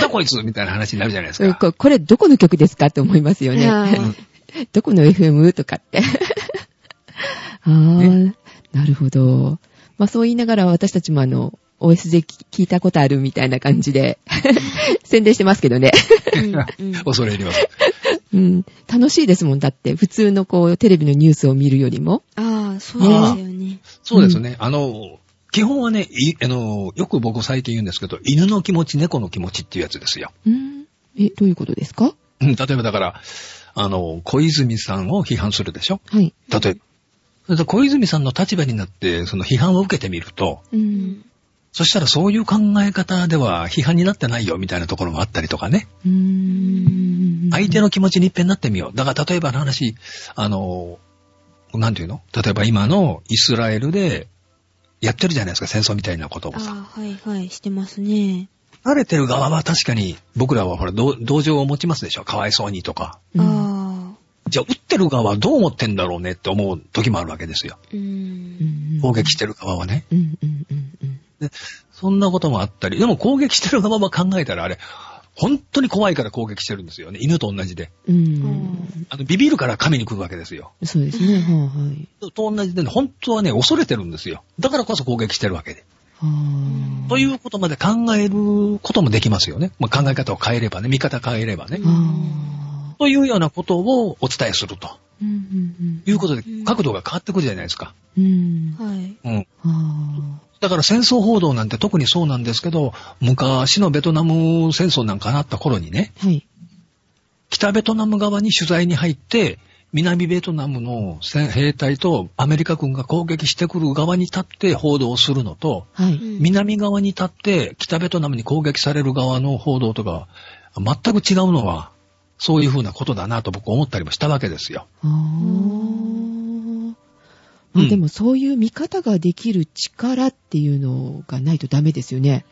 Speaker 3: だこいつみたいな話になるじゃないです
Speaker 1: そういう
Speaker 3: か。
Speaker 1: ここれどこの曲ですかって思いますよ
Speaker 2: ー
Speaker 1: ね。
Speaker 2: あー
Speaker 1: どこの FM とかって。あー、なるほど。まあそう言いながら私たちもあの、OS で聞いたことあるみたいな感じで、宣伝してますけどね、
Speaker 2: うんうん
Speaker 3: 恐れ入ります。
Speaker 1: うん。楽しいですもん。だって、普通のこう、テレビのニュースを見るよりも。
Speaker 2: あー、そうですよね。
Speaker 3: そうですね。あの、基本はね、いあの、よく僕最近言うんですけど、犬の気持ち、猫の気持ちっていうやつですよ。
Speaker 1: うん。え、どういうことですか
Speaker 3: うん例えばだから、あの、小泉さんを批判するでしょ
Speaker 1: はい。
Speaker 3: 例えば。それで小泉さんの立場になって、その批判を受けてみると、
Speaker 1: う。
Speaker 2: うんん
Speaker 3: そしたらそういう考え方では批判になってないよみたいなところもあったりとかね。
Speaker 1: うーん。
Speaker 3: 相手の気持ちに一遍なってみよう。だから例えばの話、あの、なんていうの例えば今のイスラエルでやってるじゃないですか、戦争みたいなことをさ。
Speaker 2: あー、はいはい、してますね。
Speaker 3: られてる側は確かに僕らはほら、どう同情を持ちますでしょかわいそうにとか。
Speaker 1: うん
Speaker 2: あ
Speaker 3: じゃあ、撃ってる側はどう思ってんだろうねって思う時もあるわけですよ。
Speaker 2: ー、うん。
Speaker 1: うん
Speaker 3: 攻撃してる側はね。
Speaker 1: うんうんうんうん。
Speaker 3: そんなこともあったり。でも攻撃してる側は考えたらあれ、本当に怖いから攻撃してるんですよね。犬と同じで。
Speaker 1: うん。
Speaker 3: あの、ビビるから噛みに来るわけですよ。
Speaker 1: そうですね。はいはい。
Speaker 3: と同じでね、本当はね、恐れてるんですよ。だからこそ攻撃してるわけで。
Speaker 1: はあ。
Speaker 3: ということまで考えることもできますよね。まあ、考え方を変えればね、見方変えればね。
Speaker 1: あ
Speaker 3: というようなことをお伝えすると
Speaker 1: ーうんうん
Speaker 3: いうことで
Speaker 2: うん、
Speaker 3: 角度が変わってくるじゃないですか。
Speaker 1: うんうん
Speaker 2: はい。
Speaker 3: うん。
Speaker 1: あ
Speaker 3: だから戦争報道なんて特にそうなんですけど、昔のベトナム戦争なんかなった頃にね、
Speaker 1: ーはい。
Speaker 3: 北ベトナム側に取材に入って、南ベトナムの戦兵隊とアメリカ軍が攻撃してくる側に立って報道をするのと、
Speaker 1: は
Speaker 2: う
Speaker 1: い。
Speaker 2: ん
Speaker 3: 南側に立って北ベトナムに攻撃される側の報道とか、全く違うのは、そういうふうなことだなと僕思ったりもしたわけですよ。
Speaker 1: ああ。ま
Speaker 3: う
Speaker 1: あ
Speaker 3: ん
Speaker 1: でもそういう見方ができる力っていうのがないとダメですよね。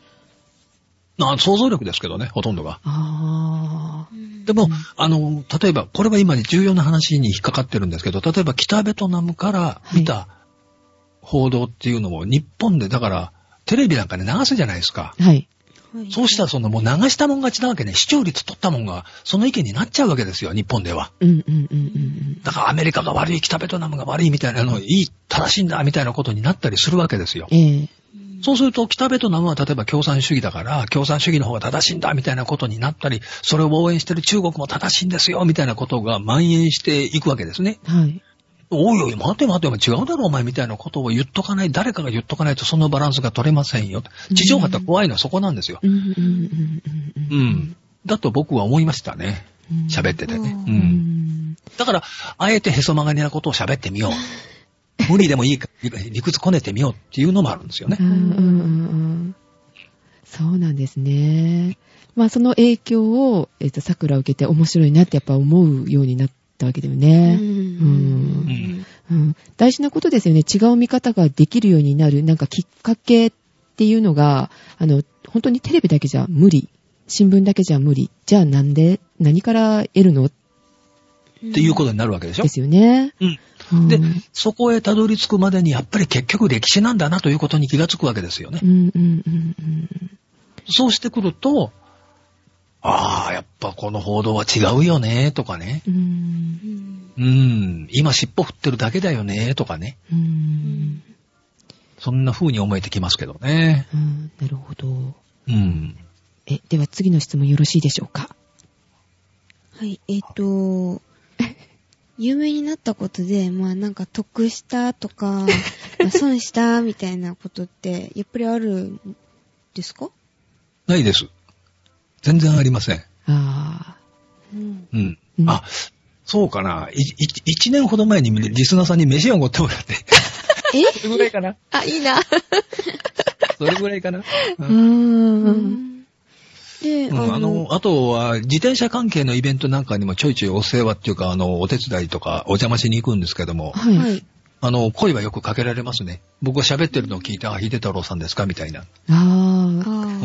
Speaker 3: あ想像力ですけどね、ほとんどが。
Speaker 1: ああ。
Speaker 3: でも、あの、例えば、これは今ね重要な話に引っかかってるんですけど、例えば北ベトナムから見た報道っていうのも、日本でだから、テレビなんかね、流すじゃないですか。
Speaker 1: はい。
Speaker 2: はい
Speaker 3: そうしたら、そのもう流したもん勝ちなわけね、視聴率取ったもんが、その意見になっちゃうわけですよ、日本では。
Speaker 1: うんうんうんうん
Speaker 3: だからアメリカが悪い、北ベトナムが悪いみたいなの、いい、正しいんだ、みたいなことになったりするわけですよ
Speaker 1: うん。。ええ。
Speaker 3: そうすると、北ベトナムは例えば共産主義だから、共産主義の方が正しいんだ、みたいなことになったり、それを応援してる中国も正しいんですよ、みたいなことが蔓延していくわけですね。
Speaker 1: はい。
Speaker 3: おいおい、待て待て、お前違うだろ、お前、みたいなことを言っとかない、誰かが言っとかないとそのバランスが取れませんよ。地上波って怖いのはそこなんですよ。
Speaker 1: うんうんうんうん
Speaker 3: う
Speaker 1: うん。
Speaker 3: ん。だと僕は思いましたね。
Speaker 1: うん
Speaker 3: 喋っててね。
Speaker 2: う
Speaker 3: う。
Speaker 1: うんん。
Speaker 3: だから、あえてへそ曲がりなことを喋ってみよう。無理でもいいから、理屈こねてみようっていうのもあるんですよね
Speaker 1: う。んうんうんうんそうなんですね。まあその影響を、えっ、と、桜を受けて面白いなってやっぱ思うようになったわけだよ
Speaker 2: う
Speaker 1: ね。
Speaker 2: ん。
Speaker 3: うん
Speaker 1: うん大事なことですよね。違う見方ができるようになる、なんかきっかけっていうのが、あの、本当にテレビだけじゃ無理。新聞だけじゃ無理。じゃあなんで、何から得るの
Speaker 3: っていうことになるわけでしょ
Speaker 1: で。すよね。
Speaker 3: うん。
Speaker 1: うん
Speaker 3: で、そこへたどり着くまでに、やっぱり結局歴史なんだなということに気がつくわけですよね
Speaker 1: う。んうんうんうん。
Speaker 3: そうしてくると、ああ、やっぱこの報道は違うよね、とかね。
Speaker 1: うん
Speaker 2: う。ん。
Speaker 3: うん、今尻尾振ってるだけだよね、とかね。
Speaker 1: うん。
Speaker 3: そんな風に思えてきますけどね。
Speaker 1: うんなるほど。
Speaker 3: うん。
Speaker 1: え、では次の質問よろしいでしょうか。
Speaker 2: はい、えっ、と、有名になったことで、まあなんか得したとか、まあ損したみたいなことって、やっぱりあるんですか
Speaker 3: ないです。全然ありません。
Speaker 1: あ
Speaker 2: うん。
Speaker 3: うん。
Speaker 1: うん
Speaker 3: あ、そうかな。いい一年ほど前にリスナーさんに飯をおごってもらって。
Speaker 2: え
Speaker 3: それぐらいかな。
Speaker 1: あ。あ、いいな。
Speaker 3: それぐらいかな。う
Speaker 1: うんん。
Speaker 2: で、
Speaker 3: うんあの、あとは、自転車関係のイベントなんかにもちょいちょいお世話っていうか、あの、お手伝いとか、お邪魔しに行くんですけども、
Speaker 1: はい。
Speaker 2: はい。
Speaker 3: あの、声はよくかけられますね。僕が喋ってるのを聞いて、あ、秀太郎さんですかみたいな。
Speaker 1: ああ。
Speaker 2: あ
Speaker 3: う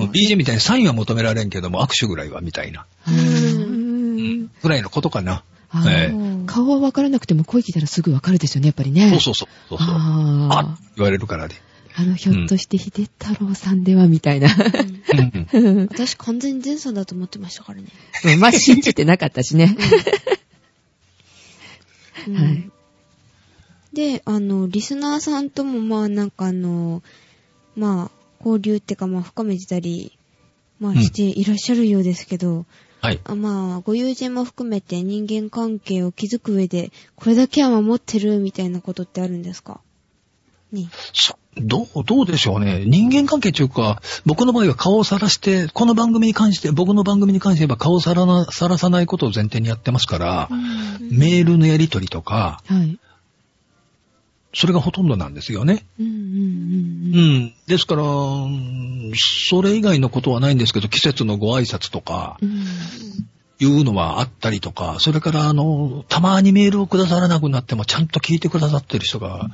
Speaker 3: ん BJ みたいにサインは求められんけども、握手ぐらいは、みたいな。
Speaker 1: うーん
Speaker 3: ぐらいのことかな。
Speaker 1: あー
Speaker 3: ええ
Speaker 1: 顔はわからなくても声聞いたらすぐわかるですよね、やっぱりね。
Speaker 3: そうそうそう。そうそうあ
Speaker 1: ああ。
Speaker 3: 言われるからね。
Speaker 1: あの、ひょっとして秀太郎さんでは、みたいな。
Speaker 2: うん
Speaker 3: うんうん
Speaker 1: う ん
Speaker 2: 私完全に前さんだと思ってましたからね。
Speaker 1: まあ、信じてなかったしね。
Speaker 2: うん
Speaker 1: はい
Speaker 2: で、あの、リスナーさんとも、まあ、なんかあの、まあ、交流ってか、まあ、深めてたり、まあ、
Speaker 3: うん
Speaker 2: していらっしゃるようですけど、
Speaker 3: はい。
Speaker 2: あまあ、ご友人も含めて人間関係を築く上で、これだけは守ってるみたいなことってあるんですかね。
Speaker 3: そどう、どうでしょうね。人間関係というか、僕の場合は顔をさらして、この番組に関して、僕の番組に関して言えば顔をさらな、さらさないことを前提にやってますから、メールのやり取りとか、
Speaker 1: はい。
Speaker 3: それがほとんどなんですよね。
Speaker 1: うんうん
Speaker 3: う
Speaker 1: うんうん。
Speaker 3: ん。ですから、うんそれ以外のことはないんですけど、季節のご挨拶とか、
Speaker 1: うん
Speaker 3: いうのはあったりとか、それから、あの、たまにメールをくださらなくなっても、ちゃんと聞いてくださってる人が、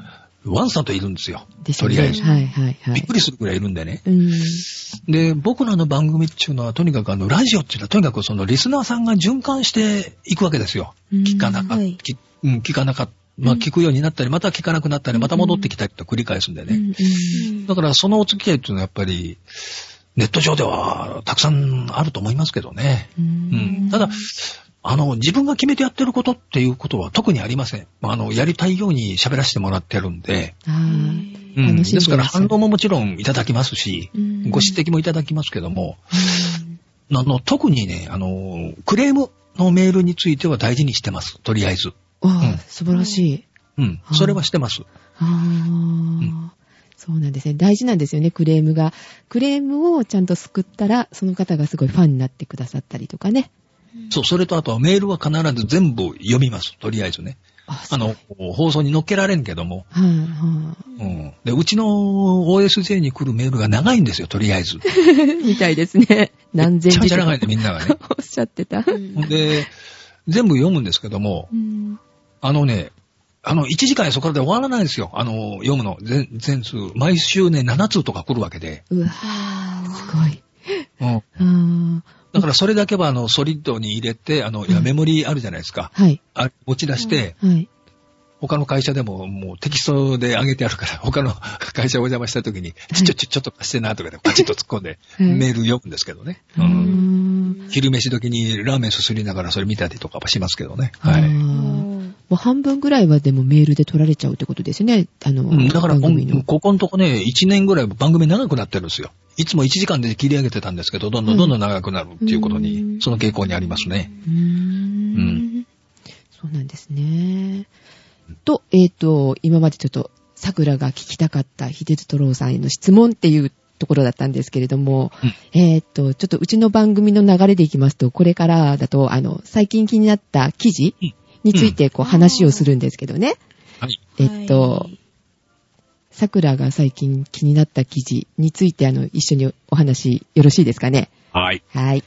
Speaker 3: ワンさんといるんですよ。
Speaker 1: ですよ
Speaker 3: と
Speaker 1: ね。
Speaker 3: りあえず。
Speaker 1: はいはいは
Speaker 3: びっ
Speaker 1: い
Speaker 3: く。りするぐらいいるんでね。
Speaker 1: うん。
Speaker 3: で、僕らの番組っていうのは、とにかくあの、ラジオっていうのは、とにかくその、リスナーさんが循環していくわけですよ。
Speaker 1: うん
Speaker 3: 聞かなか
Speaker 2: は
Speaker 3: った、
Speaker 2: い
Speaker 3: きうん、聞かなかった。まあ、聞くようになったり、また聞かなくなったり、また戻ってきたりと繰り返すんで
Speaker 1: うんう
Speaker 3: ね。
Speaker 1: ん
Speaker 3: だから、そのお付き合いっていうのは、やっぱり、ネット上では、たくさんあると思いますけどね。
Speaker 1: う。
Speaker 3: うんん。ただ、あの、自分が決めてやってることっていうことは特にありません。まああの、やりたいように喋らせてもらってるんで、
Speaker 1: あ
Speaker 3: うん
Speaker 1: 楽しんで
Speaker 3: で
Speaker 1: ます
Speaker 3: すから反応ももちろんいただきますし、
Speaker 1: ー
Speaker 3: ご指摘もいただきますけども、あの、特にね、あの、クレームのメールについては大事にしてます。とりあえず。
Speaker 1: わ
Speaker 3: う
Speaker 1: あ
Speaker 3: ん、
Speaker 1: 素晴らしい。
Speaker 3: うん。それはしてます。
Speaker 1: ああ。そうなんですね。大事なんですよね、クレームが。クレームをちゃんと救ったら、その方がすごいファンになってくださったりとかね。
Speaker 3: そう、それとあとはメールは必ず全部読みます。とりあえずね。
Speaker 1: あ
Speaker 3: あの、放送に載っけられんけども。
Speaker 1: はいは
Speaker 3: うん。で、うちの OSJ に来るメールが長いんですよ、とりあえ ず。
Speaker 1: い。 みたいですね。何
Speaker 3: め
Speaker 1: 千
Speaker 3: ちゃめ
Speaker 1: 字
Speaker 3: ちゃ
Speaker 1: と
Speaker 3: 長い
Speaker 1: か
Speaker 3: ね、みんなが ね。
Speaker 1: おっしゃってた。
Speaker 2: うん
Speaker 3: で、全部読むんですけども
Speaker 1: う、ん。
Speaker 3: あのね、あの、1時間やそこらで終わらないんですよ。あの、読むの、全、全数。毎週ね、7通とか来るわけで。
Speaker 1: うわ、す
Speaker 2: あ
Speaker 1: ごい。
Speaker 3: うん。
Speaker 1: あ
Speaker 3: だからそれだけは、あの、ソリッドに入れて、あの、いや、
Speaker 1: うん
Speaker 3: メモリーあるじゃないですか。
Speaker 1: あ。はい。
Speaker 3: あ持ち出して、
Speaker 1: はい。
Speaker 3: 他の会社でも、もうテキストで上げてあるから、他の会社お邪魔した時に、ちょ、ちょ、ちょっと貸してな、とかで、パチッと突っ込んで、
Speaker 1: うん
Speaker 3: メール読むんですけどね。
Speaker 1: う
Speaker 3: うんん。
Speaker 2: ん
Speaker 3: 昼飯時にラーメンすすりながらそれ見たりとかはしますけどね。
Speaker 1: あ
Speaker 3: はい。
Speaker 1: ーもう半分ぐらいはでもメールで取られちゃうってことですよね。あの、
Speaker 3: うん、だから
Speaker 1: 番
Speaker 3: こ
Speaker 1: 組の
Speaker 3: ん、。ここのとこね、1年ぐらい番組長くなってるんですよ。いつも1時間で切り上げてたんですけど、どんどんどんどん長くなるっていうことに、
Speaker 1: うん
Speaker 3: その傾向にありますね。
Speaker 1: うーん。そうなんですね。と、えっ、と、今までちょっと、桜が聞きたかった秀津太郎さんへの質問っていうところだったんですけれども、えっ、と、ちょっとうちの番組の流れでいきますと、これからだと、あの、最近気になった記事
Speaker 3: うん
Speaker 1: について、こう、
Speaker 2: うん
Speaker 1: 話をするんですけどね。
Speaker 3: はい。
Speaker 1: えっと
Speaker 2: はい
Speaker 1: 桜が最近気になった記事について、あの、一緒にお話よろしいですかね。
Speaker 3: はい。
Speaker 1: はい。